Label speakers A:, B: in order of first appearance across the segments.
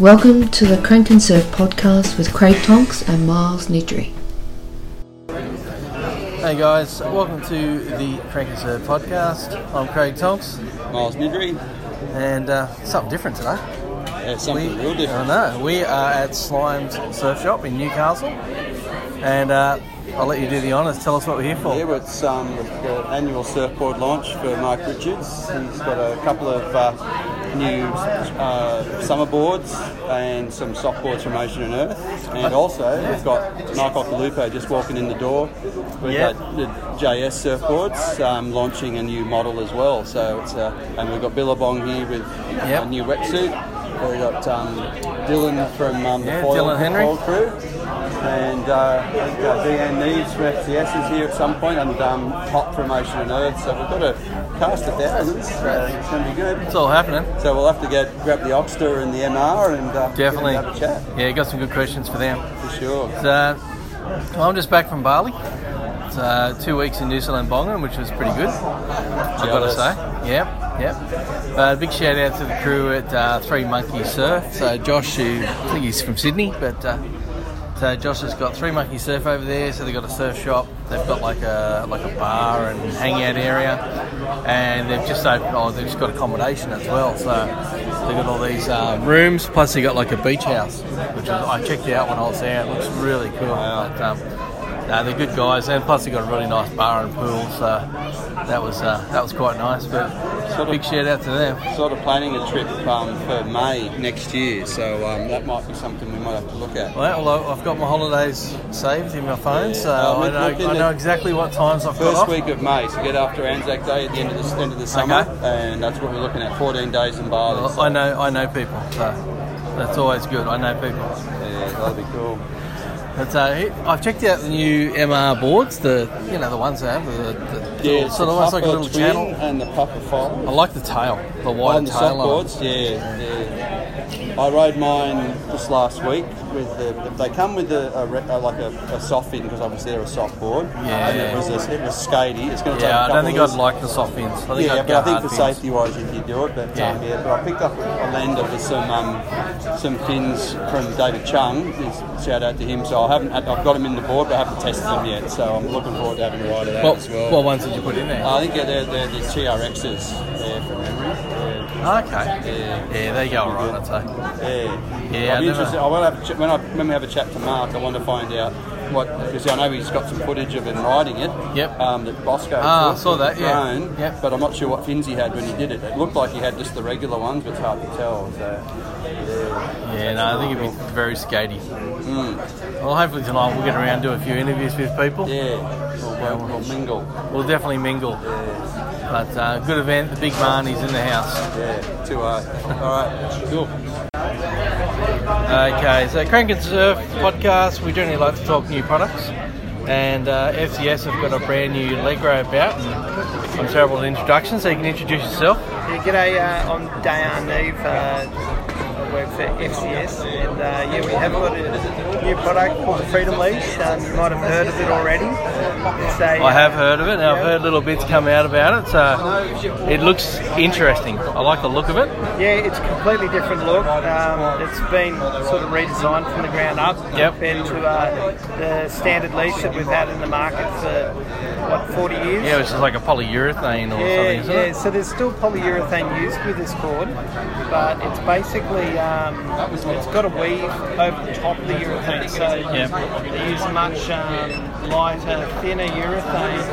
A: Welcome to the Crank and Serve podcast with Craig Tonks and Miles Nidri.
B: Hey guys, welcome to the Crank and Serve podcast. I'm Craig Tonks,
C: Miles Nidri.
B: and uh, something different today.
C: Yeah, something real
B: I
C: different.
B: know we are at Slime's Surf Shop in Newcastle, and uh, I'll let you do the honours. Tell us what we're here for.
C: Yeah, it's um, the annual surfboard launch for Mark Richards. He's got a couple of uh, new uh, summer boards and some soft boards from Ocean and Earth. And also, we've got Mike Ocalupo just walking in the door. We've
B: Yeah.
C: got the JS surfboards um, launching a new model as well. So it's uh, and we've got Billabong here with
B: Yep.
C: a new wetsuit. We've got um, Dylan from um,
B: Yeah,
C: the foil,
B: Dylan Henry.
C: foil crew. And uh, I think uh, Deanne Neves from FTS is here at some point, and um, Pop from Ocean and Earth. So we've got a cast of thousands. So it's going to be
B: It's
C: good.
B: all happening.
C: So we'll have to get grab the Oxter and the MR and uh, get them
B: Definitely.
C: to have a chat
B: Yeah, got some good questions for them.
C: for sure.
B: But, uh, well, I'm just back from Bali. It's uh, two weeks in New Zealand Bongan, which was pretty good. I've got to
C: Jealous.
B: say. Yep, yep. Uh, big shout out to the crew at uh, Three Monkey Surf. So Josh, who I think he's from Sydney, but uh, so Josh has got Three Monkey Surf over there. So they've got a surf shop. They've got like a like a bar and hangout area, and they've just opened. Oh, they've just got accommodation as well. So they've got all these uh, rooms. Plus they got like a beach house, which was, I checked out when I was there. It looks really cool. But, um, no, they're good guys, and plus they've got a really nice bar and pool, so that was uh, that was quite nice. But
C: Sort of-
B: big shout out to them.
C: Sort of planning a trip um, for May next year, so um, that might be something we might have to look at.
B: Well, well, I've got my holidays saved in my phone, so
C: Yeah, I'm
B: I
C: looking
B: know, I know
C: at-
B: exactly what times I've got
C: First
B: off.
C: week of May, so get after Anzac Day at the end of the end of the summer, and that's what we're looking at. 14 days in Bali.
B: Well,
C: so-
B: I know I know people, so that's always good. I know people.
C: Yeah, that'd be cool.
B: But uh, I've checked out the new MR boards, the you know the ones that have the, the, the
C: Yeah, it's
B: sort
C: the
B: of almost like a
C: Papa
B: little
C: twin
B: channel.
C: and the Papa
B: I
C: Five.
B: like the tail, the wider
C: On the
B: tail um, line.
C: softboards, yeah, yeah. I rode mine just last week with the. They come with a, a, re- a like a, a soft fin because obviously they're a soft board.
B: Yeah.
C: And it was a, it was skatey. It's going to take.
B: Yeah, I
C: a couple
B: don't think
C: of
B: I'd like the soft fins. I think
C: yeah,
B: I'd
C: but
B: go
C: I think
B: hard
C: for
B: fins.
C: safety wise, if you do it, but yeah. Um,
B: Yeah.
C: yeah. But I picked up a lander with some um, some fins from David Chung. He's- Shout out to him. So I haven't, had- I've got them in the board, but I haven't tested them yet. So I'm looking forward to having a ride of that as well.
B: What, what ones did you put in there?
C: I think they're, they're the TRXs there uh, from memory. Yeah.
B: Oh, Okay.
C: Yeah.
B: Yeah, they go all right, I'd say.
C: yeah.
B: Yeah, I
C: I'll
B: don't
C: be interested. I want to have, a ch- when, I, when we have a chat to Mark, I want to find out what, because I know he's got some footage of him riding it.
B: Yep.
C: Um, that Bosco
B: Ah,
C: took
B: I saw
C: with
B: that,
C: the
B: yeah.
C: drone,
B: Yep.
C: But I'm not sure what fins he had when he did it. It looked like he had just the regular ones, but it's hard to tell. So,
B: Yeah, no, I think it'd be very skatey. Hmm. Well, hopefully tonight we'll get around and do a few interviews with people.
C: yeah. We'll, we'll, we'll mingle.
B: We'll definitely mingle. But uh, good event. The big man is in the house.
C: Yeah. Too hard. All right. Cool.
B: Okay, so Crank and Surf podcast. We generally like to talk new products. And uh, FCS have got a brand new Legro about. I'm terrible at introductions, so you can introduce yourself.
D: Yeah, g'day, uh, I'm Dayan Neve. Uh, I work for FCS, and uh, yeah, we have got a new product called the Freedom Leash. Um, you might have heard of it already. It's a,
B: I have heard of it, and I've heard little bits come out about it. So it looks interesting. I like the look of it.
D: Yeah, it's a completely different look. Um, it's been sort of redesigned from the ground up
B: Yep.
D: compared to uh, the standard leash that we've had in the market for what 40 years.
B: Yeah, which is like a polyurethane or something, isn't
D: yeah.
B: it?
D: So there's still polyurethane used with this cord, but it's basically um, it's got a weave over the top of the urethane. So
B: Yeah.
D: they use much um, lighter, thinner urethane,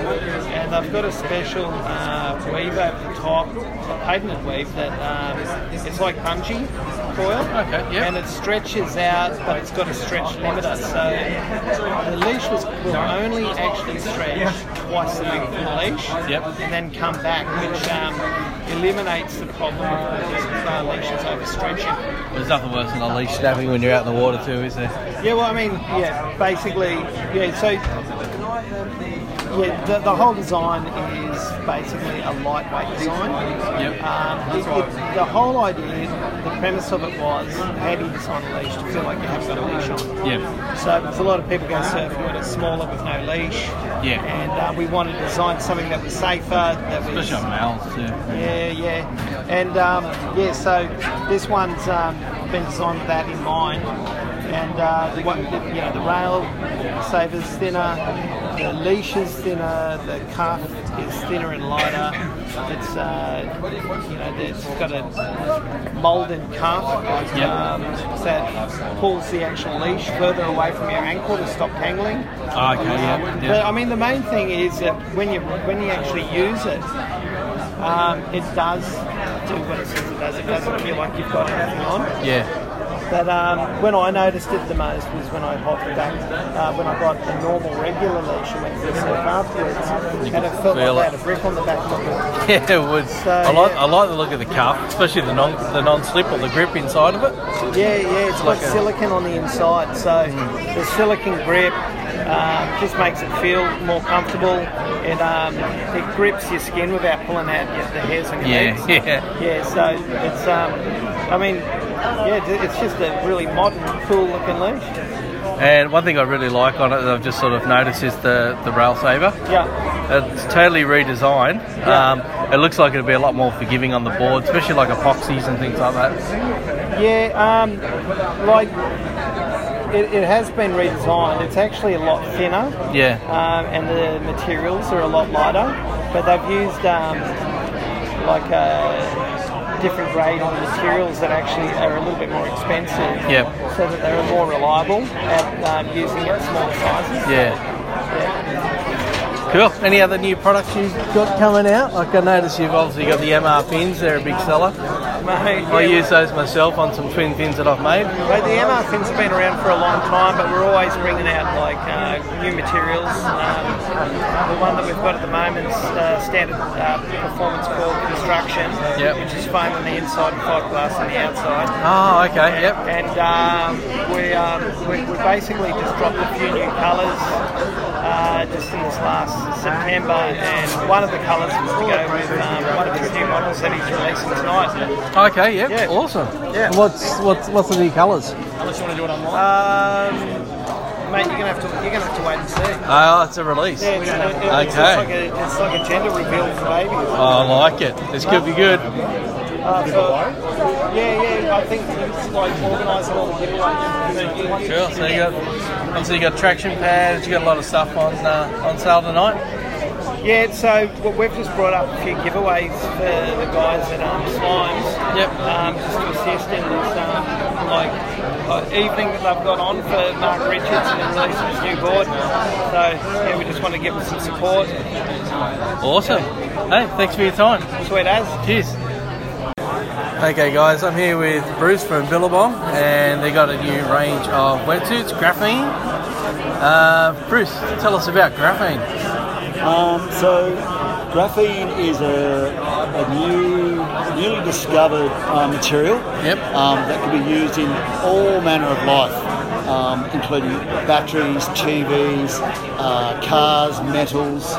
D: and they've got a special uh, weave over the top, a patented weave that um, it's like bungee coil.
B: Okay, yeah.
D: And it stretches out, but it's got a stretch limiter. So the leash was will only actually stretch twice the length of the leash
B: Yep.
D: and then come back, which um, eliminates the problem of these uh, leashes overstretching.
B: There's nothing worse than a leash snapping when you're out in the water too, is there?
D: Yeah, well, I mean, yeah, basically, yeah, so yeah, the, the whole design is basically a lightweight design.
B: Yep.
D: Um, it- it- the whole idea, the premise of it was how do you design a leash to feel like you have got a leash on?
B: Yeah.
D: So there's a lot of people go surfing when it's smaller with no leash.
B: Yeah.
D: And uh, we wanted to design something that was safer, that was
B: Especially on mouths, yeah.
D: yeah, yeah. And um, yeah, so this one's um, been designed with that in mind. And uh, what, you know, the rail saver's thinner, the leash is thinner, the cuff is thinner and lighter. It's uh, you know, it's got a molded cuff
B: Yep.
D: um, so that pulls the actual leash further away from your ankle to stop tangling.
B: Oh, okay, yeah.
D: But I
B: yeah.
D: mean, the main thing is that when you when you actually use it, um, it does do what it says it does. It doesn't feel like you've got anything on.
B: Yeah.
D: But um, when I noticed it the most was when I hopped back, uh, when I got the normal regular leash and went for a surf afterwards, and it felt like
B: feel
D: I
B: it.
D: had a brick on the back of my board.
B: Yeah, it would.
D: So,
B: I like
D: yeah.
B: I like the look of the cuff, especially the non the non slip or the grip inside of it.
D: Yeah, yeah, it's got
B: Like a-
D: silicon on the inside, so the silicon grip uh, just makes it feel more comfortable. It um, it grips your skin without pulling out your, the hairs on your
B: Yeah,
D: legs.
B: yeah.
D: Yeah, so it's, um, I mean, yeah, it's- it's just a really modern, cool looking leash.
B: And one thing I really like on it that I've just sort of noticed is the the rail saver.
D: Yeah,
B: It's totally redesigned.
D: Yeah.
B: Um, it looks like it'll be a lot more forgiving on the board, especially like epoxies and things like that.
D: yeah, um, like it, it has been redesigned. It's actually a lot thinner,
B: Yeah.
D: um, and the materials are a lot lighter, but they've used um, like uh, different grade of materials that actually are a little bit more expensive.
B: Yeah.
D: So that they're more reliable at um, using at smaller sizes.
B: Yeah. Cool. Any other new products you've got coming out? Like I noticed you've obviously got the MR pins. They're a big seller.
D: Mate,
B: I
D: yeah,
B: use those myself on some twin pins that I've made.
D: Well, the MR thing's been around for a long time, but we're always bringing out like uh, new materials. Um, the one that we've got at the moment is uh, standard uh, performance core construction,
B: Yep.
D: which is foam on the inside and fiberglass on the outside.
B: Oh, okay. Yep.
D: And um, we, um, we we basically just dropped a few new colours uh, just since last September, and one of the colours was to go with um, one of his new models that he's releasing tonight.
B: Okay. Yep.
D: Yeah.
B: Awesome.
D: Yeah.
B: What's what's what's the new colours?
D: Um, mate, you're gonna have to you're gonna have to wait and see.
B: Oh, it's a release.
D: Yeah, it's, uh, it-
B: Okay.
D: it's, it's, like a, it's like a gender reveal for babies.
B: Oh, I like it. This could be good.
D: Uh, for, yeah, yeah, I think it's like organising all the giveaways.
B: Cool. So you got obviously you got traction pads. You got a lot of stuff on uh, on sale tonight.
D: Yeah, so well, we've just brought up a few giveaways for the guys at um, Slimes.
B: Yep.
D: Um, just to assist in this um, like uh, evening that they've got on for Mark Richards and the release of his new board. So yeah, we just want to give them some support.
B: Awesome. Hey, thanks for your time.
D: Sweet as.
B: Cheers. Okay, guys, I'm here with Bruce from Billabong, and they got a new range of wetsuits, graphene. Uh, Bruce, tell us about graphene.
E: Um, so, graphene is a, a new, newly discovered uh, material
B: Yep.
E: um, that can be used in all manner of life, um, including batteries, TVs, uh, cars, metals,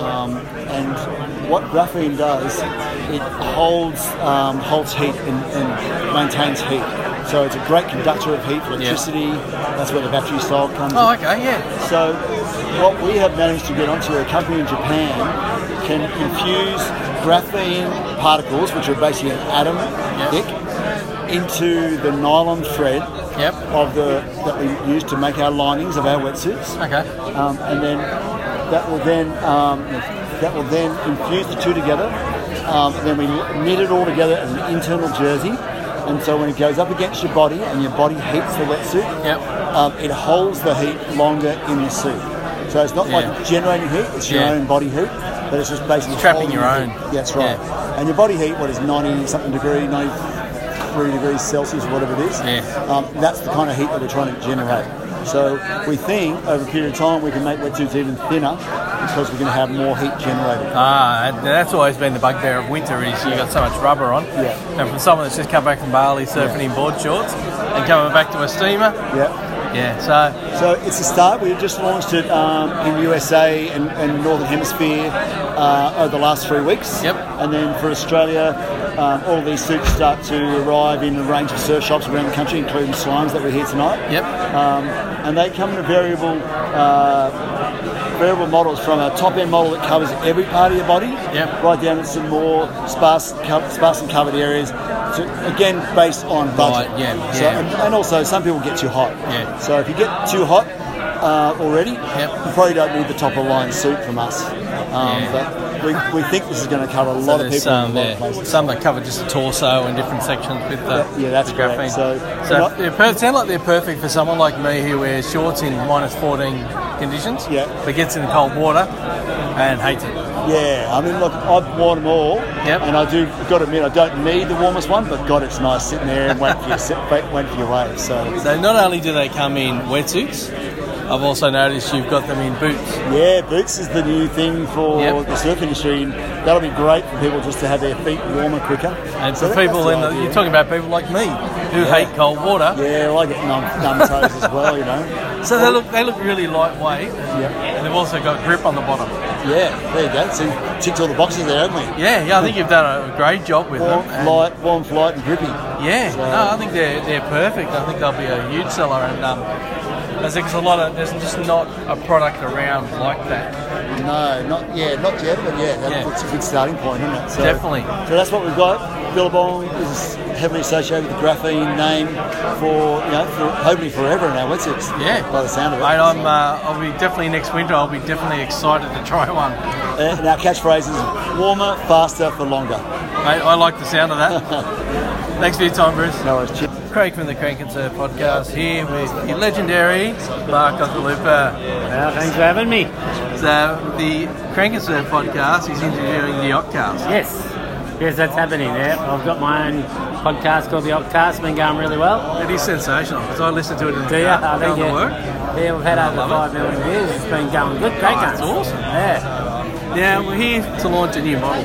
E: um, and what graphene does, it holds um, holds heat and, and maintains heat. So it's a great conductor of heat, electricity. That's where the battery style comes.
B: Oh, okay, yeah.
E: So, what we have managed to get onto a company in Japan can infuse graphene particles, which are basically an atom thick, into the nylon thread
B: Yep.
E: of the that we use to make our linings of our wetsuits
B: Okay.
E: um, and then that will then um, that will then infuse the two together. Um, and then we knit it all together as an internal jersey, and so when it goes up against your body and your body heats the wetsuit,
B: Yep.
E: um, it holds the heat longer in the suit. So it's not
B: Yeah.
E: like generating heat; it's your
B: Yeah.
E: own body heat, but it's just basically
B: trapping
E: holding
B: your
E: the
B: own.
E: heat. Yeah, That's right. And your body heat, what is ninety something degree, ninety-three degrees Celsius, whatever it is.
B: Yeah.
E: Um, that's the kind of heat that we're trying to generate. So we think over a period of time we can make wetsuits even thinner because we're going to have more heat generated.
B: Ah, and that's always been the bugbear of winter is you got so much rubber on.
E: Yeah.
B: And from someone that's just come back from Bali surfing in board shorts and coming back to a steamer,
E: Yeah.
B: Yeah, so
E: So it's a start. We just launched it um, in USA and, and Northern Hemisphere uh, over the last three weeks.
B: Yep.
E: And then for Australia, um, all of these suits start to arrive in a range of surf shops around the country, including Slimes that we're here tonight.
B: yep,
E: Um, and they come in a variable. Uh, Variable models from a top-end model that covers every part of your body,
B: Yep.
E: right down to some more sparse, co- sparse and covered areas. To, again, based on budget.
B: Right, yeah,
E: So,
B: yeah.
E: and, and also, some people get too hot.
B: Yeah.
E: So if you get too hot uh, already,
B: Yep.
E: you probably don't need the top of line suit from us. Um,
B: Yeah.
E: But we, we think this is going to cover a lot of people
B: there's some
E: in a lot of
B: yeah,
E: places.
B: some that cover just the torso and different sections with the
E: Yeah, yeah, that's
B: the
E: correct.
B: graphene.
E: So-
B: so they per- sound like they're perfect for someone like me who wears shorts in minus 14 conditions,
E: Yeah.
B: but gets in cold water and hates it.
E: Yeah, I mean, look, I've worn them all,
B: Yep.
E: and I do got to admit, I don't need the warmest one, but God, it's nice sitting there and waiting for your sit, wait, waiting for your wave. So
B: So not only do they come in wetsuits, I've also noticed you've got them in boots.
E: yeah, boots is the new thing for
B: Yep.
E: the surf industry, and that'll be great for people just to have their feet warmer quicker.
B: And
E: So
B: for
E: that-
B: people
E: that's
B: in the,
E: idea.
B: you're talking about people like me who hate cold water.
E: Yeah, well, I get numb, numb toes as well, you know.
B: So they look they look really lightweight,
E: Yeah,
B: and they've also got grip on the bottom.
E: yeah, there you go. So you ticked all the boxes there, haven't we?
B: Yeah, yeah, I think you've done a great job with them.
E: Warm,
B: and-
E: light, warm flight, and grippy.
B: Yeah,
E: So-
B: no, I think they're they're perfect. I think they'll be a huge seller, and um, there's, there's a lot of there's just not a product around like that.
E: No, not yeah, not yet, but yeah, that,
B: Yeah.
E: that's a good starting point, isn't it? So,
B: Definitely.
E: So that's what we've got. Billabong is heavily associated with the graphene name for you know for hopefully forever in our wetsuits.
B: Yeah,
E: by the sound of it.
B: Mate, I'm uh, I'll be definitely next winter. I'll be definitely excited to try one.
E: Uh, And our catchphrase is warmer, faster, for longer.
B: Mate, I like the sound of that. Thanks for your time, Bruce.
E: No worries. Cheers.
B: Craig from the Crank and Surf podcast here with the legendary Mark Otalupa.
F: Well, thanks for having me.
B: So the Crank and Surf podcast is interviewing the Opcast.
F: Yes, yes, that's happening. Yeah, I've got my own podcast called The Opcast. Been going really well.
B: It is sensational because I listened to it in the
F: Do you?
B: car Oh, going to
F: yeah.
B: work.
F: Yeah, we've had over
B: love
F: five million views. It's been going good. Great
B: Oh, that's
F: guns.
B: awesome.
F: Yeah.
B: Now we're here to launch a new model.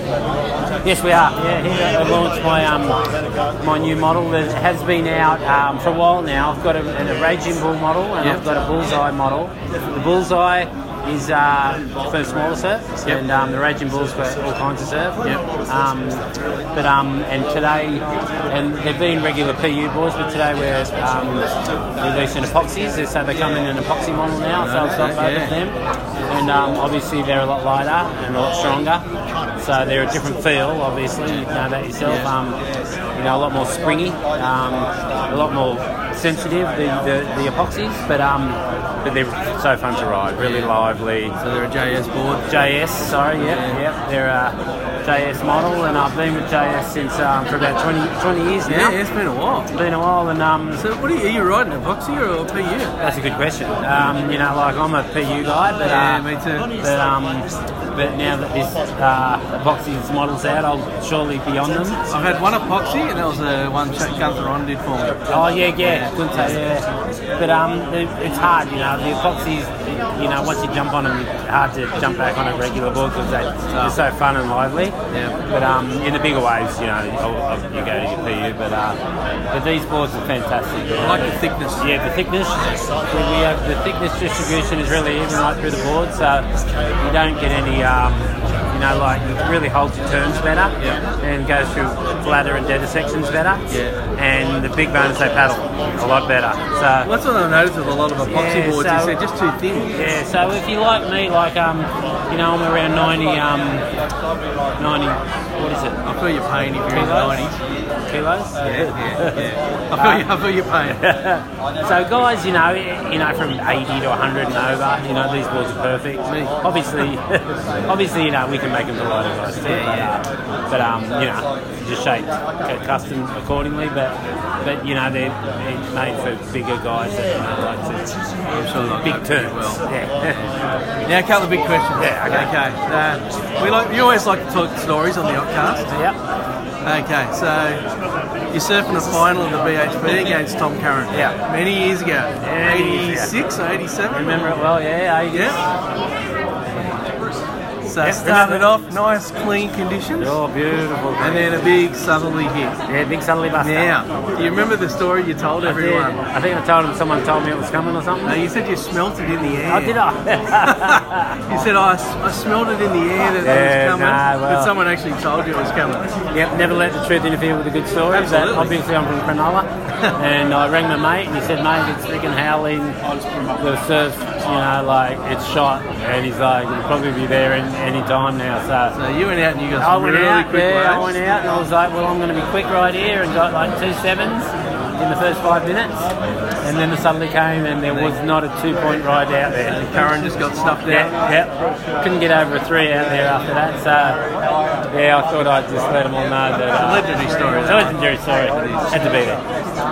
F: Yes, we are. Yeah, here I launched my um, my new model that has been out um, for a while now. I've got a, a raging bull model and
B: Yep.
F: I've got a bullseye model. The bullseye is uh, for smaller surf,
B: Yep.
F: and um, the raging bulls for all kinds of surf.
B: Yep.
F: Um, but um, and today, and they've been regular PU boys, but today we're um, releasing epoxies, so they come in an epoxy model now. So I've got both
B: Yeah.
F: of them, and um, obviously they're a lot lighter and a lot stronger. So they're a different feel, obviously. You know that yourself.
B: Yeah.
F: Um, you know, a lot more springy, um, a lot more sensitive. The, the, the epoxies, but um, but they're so fun to ride. Really
B: Yeah.
F: lively.
B: So they're a JS board.
F: JS, sorry, yep, yep. They're a JS model, and I've been with JS since um, for about 20, 20 years now.
B: Yeah, it's been a while.
F: Been a while, and um,
B: So what are you, are you riding, epoxy or PU?
F: that's a good question. Um, you know, like I'm a PU guy, but
B: Yeah,
F: uh,
B: me too.
F: But um, but now that this uh, epoxy's model's out, I'll surely be on them.
B: I've had one epoxy and that was the one Chuck Gunther on did for me.
F: Oh yeah, yeah, good to yeah. But um, it, it's hard, you know. The epoxies, you know, once you jump on them, it's hard to jump back on a regular board because they, they're so fun and lively.
B: Yeah.
F: But um, in the bigger waves, you know, I'll- I'll- you go to your PU. But uh, but these boards are fantastic.
B: I like the thickness.
F: Yeah, the thickness. We we have the thickness distribution is really even right through the board, so you don't get any. Um, you know, like you really holds your turns better,
B: Yeah.
F: and goes through bladder and deader sections better.
B: Yeah.
F: And the big bonus they paddle a lot better. So
B: Well, that's what I noticed with a lot of epoxy
F: Yeah,
B: boards is
F: so-
B: they're just too thin.
F: yeah, so if you like me, like um, you know, I'm around 90, um, 90. What is it?
B: I feel your pain if you're in the
F: Kilos?
B: 90s.
F: Kilos?
B: Yeah, yeah, yeah. I feel, you, I feel your pain.
F: So guys, you know, you know, from 80 to 100 and over, you know, these boards are perfect. Obviously, obviously, you know, we can make them for lighter guys too, but, uh, but um, you know, just shaped, cu- custom accordingly. But but you know, they're, they're made for bigger guys that you know, like to
B: I'm sure they'll
F: big
B: go pretty
F: turns.
B: Well.
F: Yeah.
B: Now, a couple of big questions.
F: Yeah, okay.
B: okay. Uh, we like, you always like to talk stories on the Opcast.
F: yep.
B: Okay, so you're surfing the final of the BHP against Tom Curran.
F: Yeah.
B: Many years ago.
F: many years ago.
B: 86 or 87?
F: eh? Remember it well, yeah. I,
B: Yeah. So it started off nice, clean conditions,
F: Oh, beautiful.
B: and then a big southerly hit.
F: Yeah, big southerly bus.
B: Now, do you remember the story you told
F: I, did.
B: everyone?
F: I think I told him someone told me it was coming or something.
B: No, you said you smelt it in the air.
F: Oh, did I?
B: You said, oh, I, s- I smelled it in the air that it
F: Yeah,
B: was coming,
F: nah,
B: but
F: well.
B: someone actually told you it was coming.
F: Yep, never let the truth interfere with a good story. but
B: Absolutely.
F: obviously, I'm from Cronulla, and I rang my mate, and he said, "Mate, it's freaking howling. The surf, you know, like it's shot." And he's like, "It'll probably be there in any time now." So,
B: So you went out and you got
F: I
B: some
F: went
B: really
F: out
B: quick
F: there. I
B: waves.
F: went out, and I was like, "Well, I'm going to be quick right here," and got like two sevens in the first five minutes, and then it suddenly came, and there was not a two point ride out there.
B: The current just got stuffed out.
F: Yeah, yeah. Couldn't get over a three out there after that. So, yeah, I thought I'd just let them all know that. Uh,
B: Legendary story,
F: It's a legendary story. Had to be there.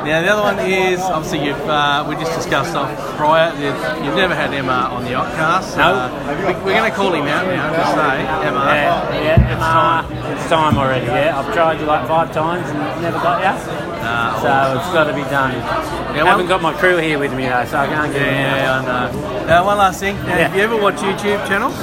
B: Now the other one is obviously you've uh, we just discussed off prior. that You've never had Emma on the Otcast.
F: No.
B: we, we're going to call him out now to say Emma.
F: Yeah, yeah, it's time. It's time already. Yeah, I've tried you like five times and never got you. so it's got to be done.
B: Yeah,
F: I
B: well-
F: haven't got my crew here with me though, so I can't get
B: Yeah, I
F: it.
B: know. Now, Uh, one last thing. Now,
F: Yeah.
B: If you ever watch YouTube channels,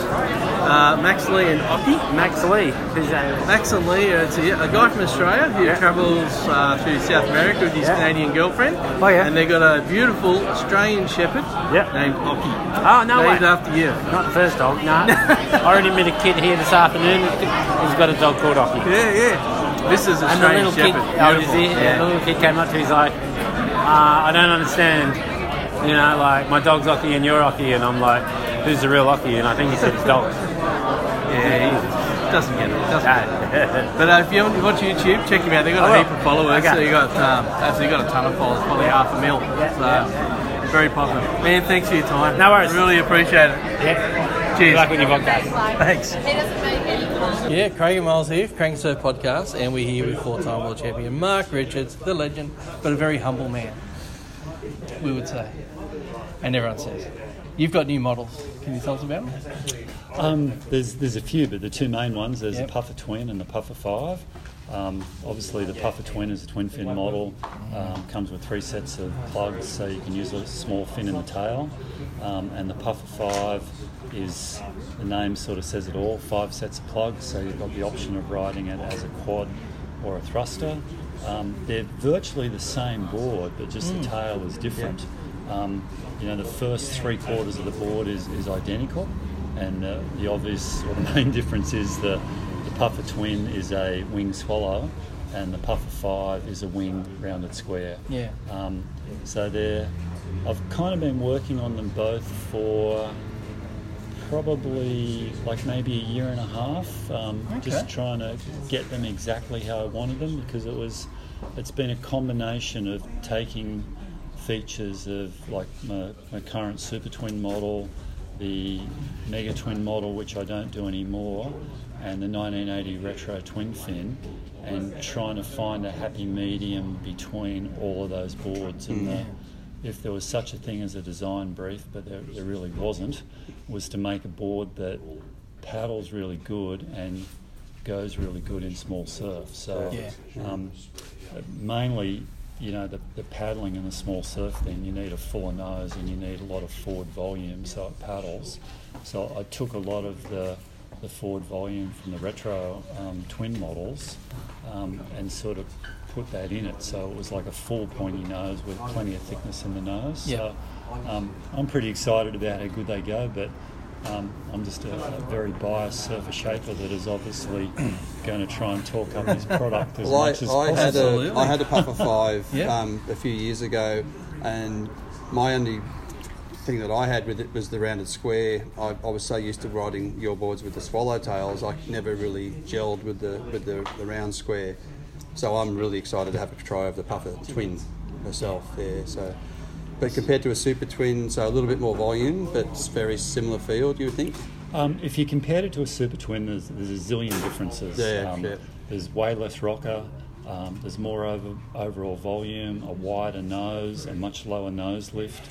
B: uh, Max Lee and Oki.
F: Max Lee, who's that?
B: Max and Lee, are- it's a, a guy from Australia who travels uh, through South America with his
F: Yeah.
B: Canadian girlfriend.
F: Oh, yeah.
B: And they've got a beautiful Australian shepherd
F: Yeah.
B: named Oki.
F: Oh no
B: named
F: way.
B: after you.
F: Not the first dog. No. I already met a kid here this afternoon. He's got a dog called Ocky.
B: Yeah, yeah. This is
F: And the
B: Australian
F: little kid,
B: shepherd.
F: oh,
B: Beautiful.
F: is he? Yeah, the little kid came up to me, he's like, uh, I don't understand. You know, like, my dog's Ocky and you're Ocky, and I'm like, who's the real Ocky? And I think he said his dog.
B: Yeah, he doesn't get it. Doesn't get it.
F: Ah.
B: But uh, if you haven't watched YouTube, check him out. They've got
F: I
B: a
F: will.
B: heap of followers.
F: Okay.
B: So you got um, actually got a ton of followers, probably half a mil. so very popular. Man, thanks for your time.
F: No worries.
B: Really appreciate it. Cheers.
F: yeah. Good luck with your podcast.
B: Thanks. Yeah, Craig and Miles here, Crank Surf Podcast, and we're here with four-time world champion Mark Richards, the legend, but a very humble man. We would say, and everyone says, you've got new models. Can you tell us about them?
G: Um, there's there's a few, but the two main ones there's
B: Yep.
G: the Puffer Twin and the Puffer Five. Um, obviously, the Puffer Twin is a twin fin model. Um, comes with three sets of plugs, so you can use a small fin in the tail. Um, and the Puffer Five is the name sort of says it all. Five sets of plugs, so you've got the option of riding it as a quad or a thruster. Um, they're virtually the same board, but just the tail is different. Um, you know, the first three quarters of the board is, is identical, and uh, the obvious or the main difference is the, the puffer twin is a wing swallow, and the puffer five is a wing rounded square.
B: Yeah.
G: Um, so they're, I've kind of been working on them both for probably like maybe a year and a half. Um, Just trying to get them exactly how I wanted them because it was, it's been a combination of taking features of like my, my current Super Twin model, the Mega Twin model which I don't do anymore, and the 1980 Retro Twin Fin, and trying to find a happy medium between all of those boards and the if there was such a thing as a design brief, but there, there really wasn't, was to make a board that paddles really good and goes really good in small surf. So um, mainly, you know, the, the paddling in the small surf thing, you need a fuller nose and you need a lot of forward volume so it paddles. So I took a lot of the, the forward volume from the retro um, twin models um, and sort of put that in it. So it was like a full pointy nose with plenty of thickness in the nose.
B: Yeah.
G: So um, I'm pretty excited about how good they go, but um, I'm just a, a very biased surfer shaper that is obviously going to try and talk up his product as
C: Well, I,
G: much as
C: I
G: possible.
C: had a
B: Absolutely.
C: I had a Puffer Five
B: Yeah.
C: um, a few years ago, and my only thing that I had with it was the rounded square. I, I was so used to riding your boards with the swallowtails, I never really gelled with the with the, the round square. So I'm really excited to have a try of the Puffer Twin myself there. So. But compared to a Super Twin, so a little bit more volume, but it's very similar field, you would think.
G: Um, if you compared it to a Super Twin, there's, there's a zillion differences.
C: Yeah,
G: um,
C: yeah.
G: There's way less rocker. Um, there's more over, overall volume, a wider nose, a much lower nose lift,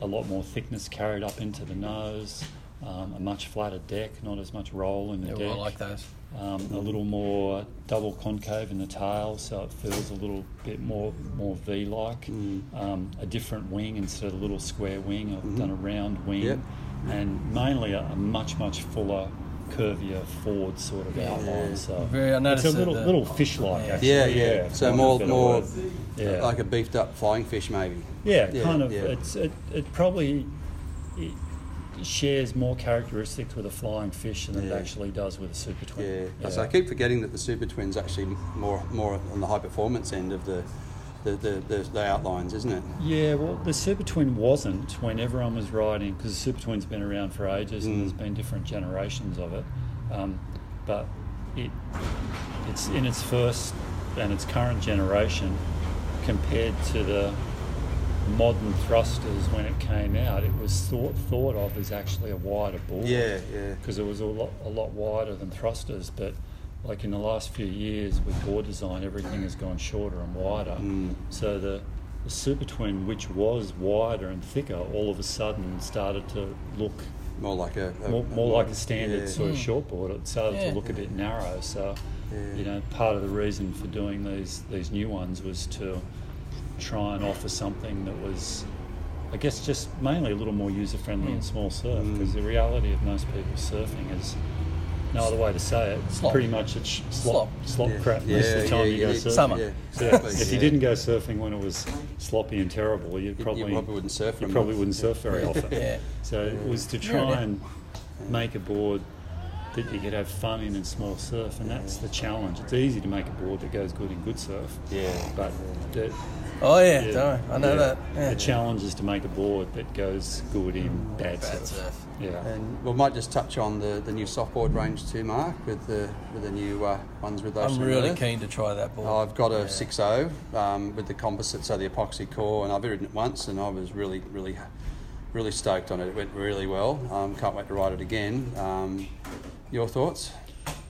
G: a lot more thickness carried up into the nose, um, a much flatter deck, not as much roll in the deck.
B: those.
G: Um, a little more double concave in the tail, so it feels a little bit more more V-like.
C: Mm.
G: Um, a different wing instead of a
C: Mm-hmm.
G: little square wing. I've done a round wing,
C: Yep.
G: and mainly a, a much much fuller curvier forward sort of outline. So
B: Very- I
G: it's
B: noticed
G: a
B: that
G: little
B: the-
G: little fish-like. Actually.
C: Yeah, yeah. So
G: for
C: more-
G: want of a better
C: more
G: word. yeah.
C: Like a beefed up flying fish, maybe.
G: Yeah,
C: Yeah,
G: kind of.
C: yeah.
G: It's it, it probably it shares more characteristics with a flying fish than
C: Yeah.
G: it actually does with a super twin.
C: Yeah. So I keep forgetting that the Super Twin's actually more more on the high performance end of the the, the, the, the outlines, isn't it?
G: Yeah, well, the Super Twin wasn't when everyone was riding because the Super Twin's been around for ages and there's been different generations of it. Um, but it it's in its first and its current generation compared to the modern thrusters when it came out. It was thought thought of as actually a wider board.
C: Yeah, yeah.
G: because it was a lot, a lot wider than thrusters. But like in the last few years with board design, everything has gone shorter and wider.
C: Mm.
G: So the, the Super Twin, which was wider and thicker, all of a sudden started to look
C: More like a, a
G: more, more like a standard
C: yeah.
G: sort of shortboard. It started
B: Yeah.
G: to look a bit narrow. So you know, part of the reason for doing these these new ones was to try and offer something that was. I guess just mainly a little more user friendly
C: Mm.
G: in small surf because the reality of most people surfing is no other way to say it.
B: Slop.
G: Pretty much it's slop, slop, crap most of
C: Yeah,
G: the time
C: yeah,
G: you go
C: yeah.
G: surfing.
B: Summer.
C: Yeah,
G: Yeah,
C: exactly,
G: If
C: yeah.
G: you didn't go surfing when it was sloppy and terrible, you
C: you
G: probably
C: probably wouldn't surf for
G: You
C: a
G: probably
C: month.
G: wouldn't surf very often. So it was to try and make a board that you could have fun in and small surf, and that's the challenge. It's easy to make a board that goes good in good surf.
C: Yeah.
G: But the,
B: Oh yeah,
G: yeah,
B: don't worry, I know
G: yeah.
B: that. Yeah.
G: The challenge is to make a board that goes good in bad,
B: Bad
G: surf.
B: surf.
G: Yeah.
C: And we might just touch on the, the new softboard range too, Mark, with the with the new uh, ones with those.
B: I'm really keen to try that ball.
C: I've got a 6.0 um, with the composite, so the epoxy core, and I've ridden it once, and I was really, really, really stoked on it. It went really well. Um, can't wait to ride it again. Um, your thoughts?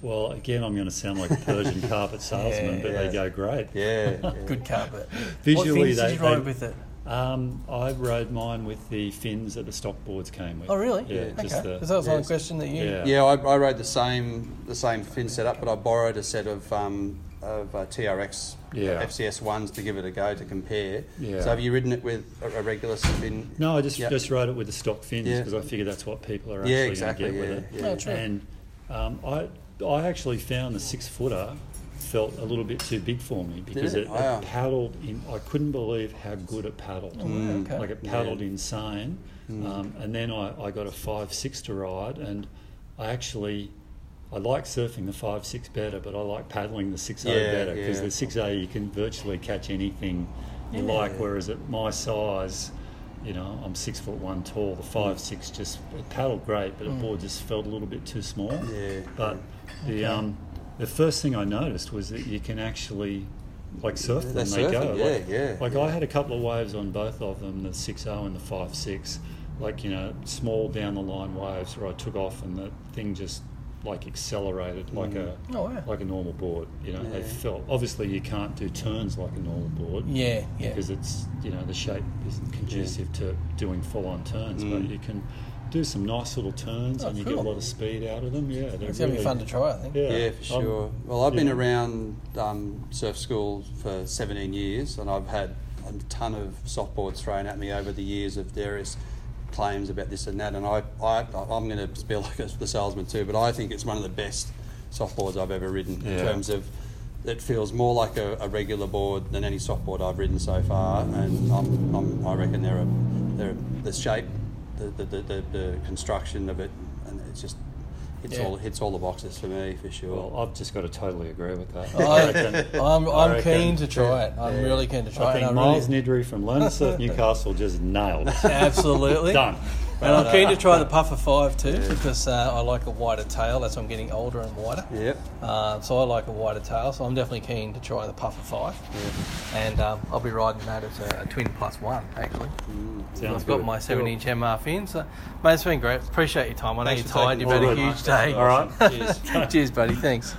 G: Well, again, I'm going to sound like a Persian carpet salesman, but
C: yeah.
G: they go great.
C: Yeah, yeah.
B: Good carpet.
G: Visually,
B: what things
G: they-
B: did you ride
G: they-
B: with it?
G: Um, I rode mine with the fins that the stock boards came with.
B: Oh really?
G: Yeah.
B: okay.
G: Just the,
B: Because that was one
C: yes.
B: question that you.
G: yeah.
C: Yeah, I, I rode the same the same fin setup, but I borrowed a set of um, of uh, TRX
G: Yeah.
C: FCS ones to give it a go to compare.
G: Yeah.
C: So have you ridden it with a, a regular fin?
G: No, I just
C: Yeah.
G: just wrote it with the stock fins
C: Yeah.
G: because I figure that's what people are actually
C: Yeah, exactly,
G: going to
C: yeah,
G: get
C: yeah. Oh,
G: with it. and um, I I actually found the six footer felt a little bit too big for me because
C: it?
G: it, it
C: Wow.
G: paddled in. I couldn't believe how good it paddled.
B: okay.
G: Like it paddled insane.
C: Hmm.
G: Um, and then I, I got a five six to ride, and I actually. I like surfing the five six better, but I like paddling the six O
C: Yeah,
G: better because
C: yeah.
G: the six A you can virtually catch anything you like. Whereas at my size, you know, I'm six foot one tall. The five
C: Mm.
G: six just it paddled great, but the board just felt a little bit too small.
C: Yeah.
G: But the um, the first thing I noticed was that you can actually like surf them.
C: they're
G: They go.
C: surfing, yeah,
G: like,
C: yeah,
G: Like I had a couple of waves on both of them, the six zero and the five six. Like you know, small down the line waves where I took off and the thing just like accelerated like
C: Mm.
G: a
B: Oh, wow.
G: like a normal board. You know, they felt obviously you can't do turns like a normal board
B: Yeah. Yeah.
G: because it's you know the shape isn't conducive to doing full on turns, but you can do some nice little turns and you get
B: Mm. Oh, cool.
G: a lot of speed out of them. Yeah, they're
B: It's gonna be
G: really-
B: fun to try. I think.
G: Yeah,
C: Yeah, for
G: I'm-
C: sure. well, I've been
G: yeah.
C: around um, surf school for 17 years, and I've had a ton of softboards thrown at me over the years of various claims about this and that. And I, I I'm going to spill like the salesman too, but I think it's one of the best softboards I've ever ridden in
G: Yeah.
C: terms of. It feels more like a, a regular board than any softboard I've ridden so far, and I'm, I'm, I reckon they're a, they're the shape, the, the, the, the, the construction of it, and it's just hits
B: Yeah.
C: all hits all the boxes for me for sure.
G: Well, I've just got to totally agree with that.
B: I,
G: reckon-
B: I'm, I'm
G: reckon-
B: keen to try it. I'm really keen to try
G: I
B: it.
G: think
B: and
G: Miles
B: really,
G: Nidri from Learn Surf Newcastle just nailed it.
B: absolutely
G: Done.
B: And I'm keen to try the puffer five too because uh, I like a wider tail as I'm getting older and wider.
C: Yep.
B: Uh, so I like a wider tail, so I'm definitely keen to try the puffer five. And um, I'll be riding that as a, a twin plus one actually.
G: Sounds
B: I've got
G: good.
B: my seven inch MR fin. So mate, it's been great. Appreciate your time. I know
C: Thanks
B: you're
C: for
B: tired.
C: taking
B: You've had a
G: the
B: huge day.
G: All right.
B: Cheers, buddy. Thanks.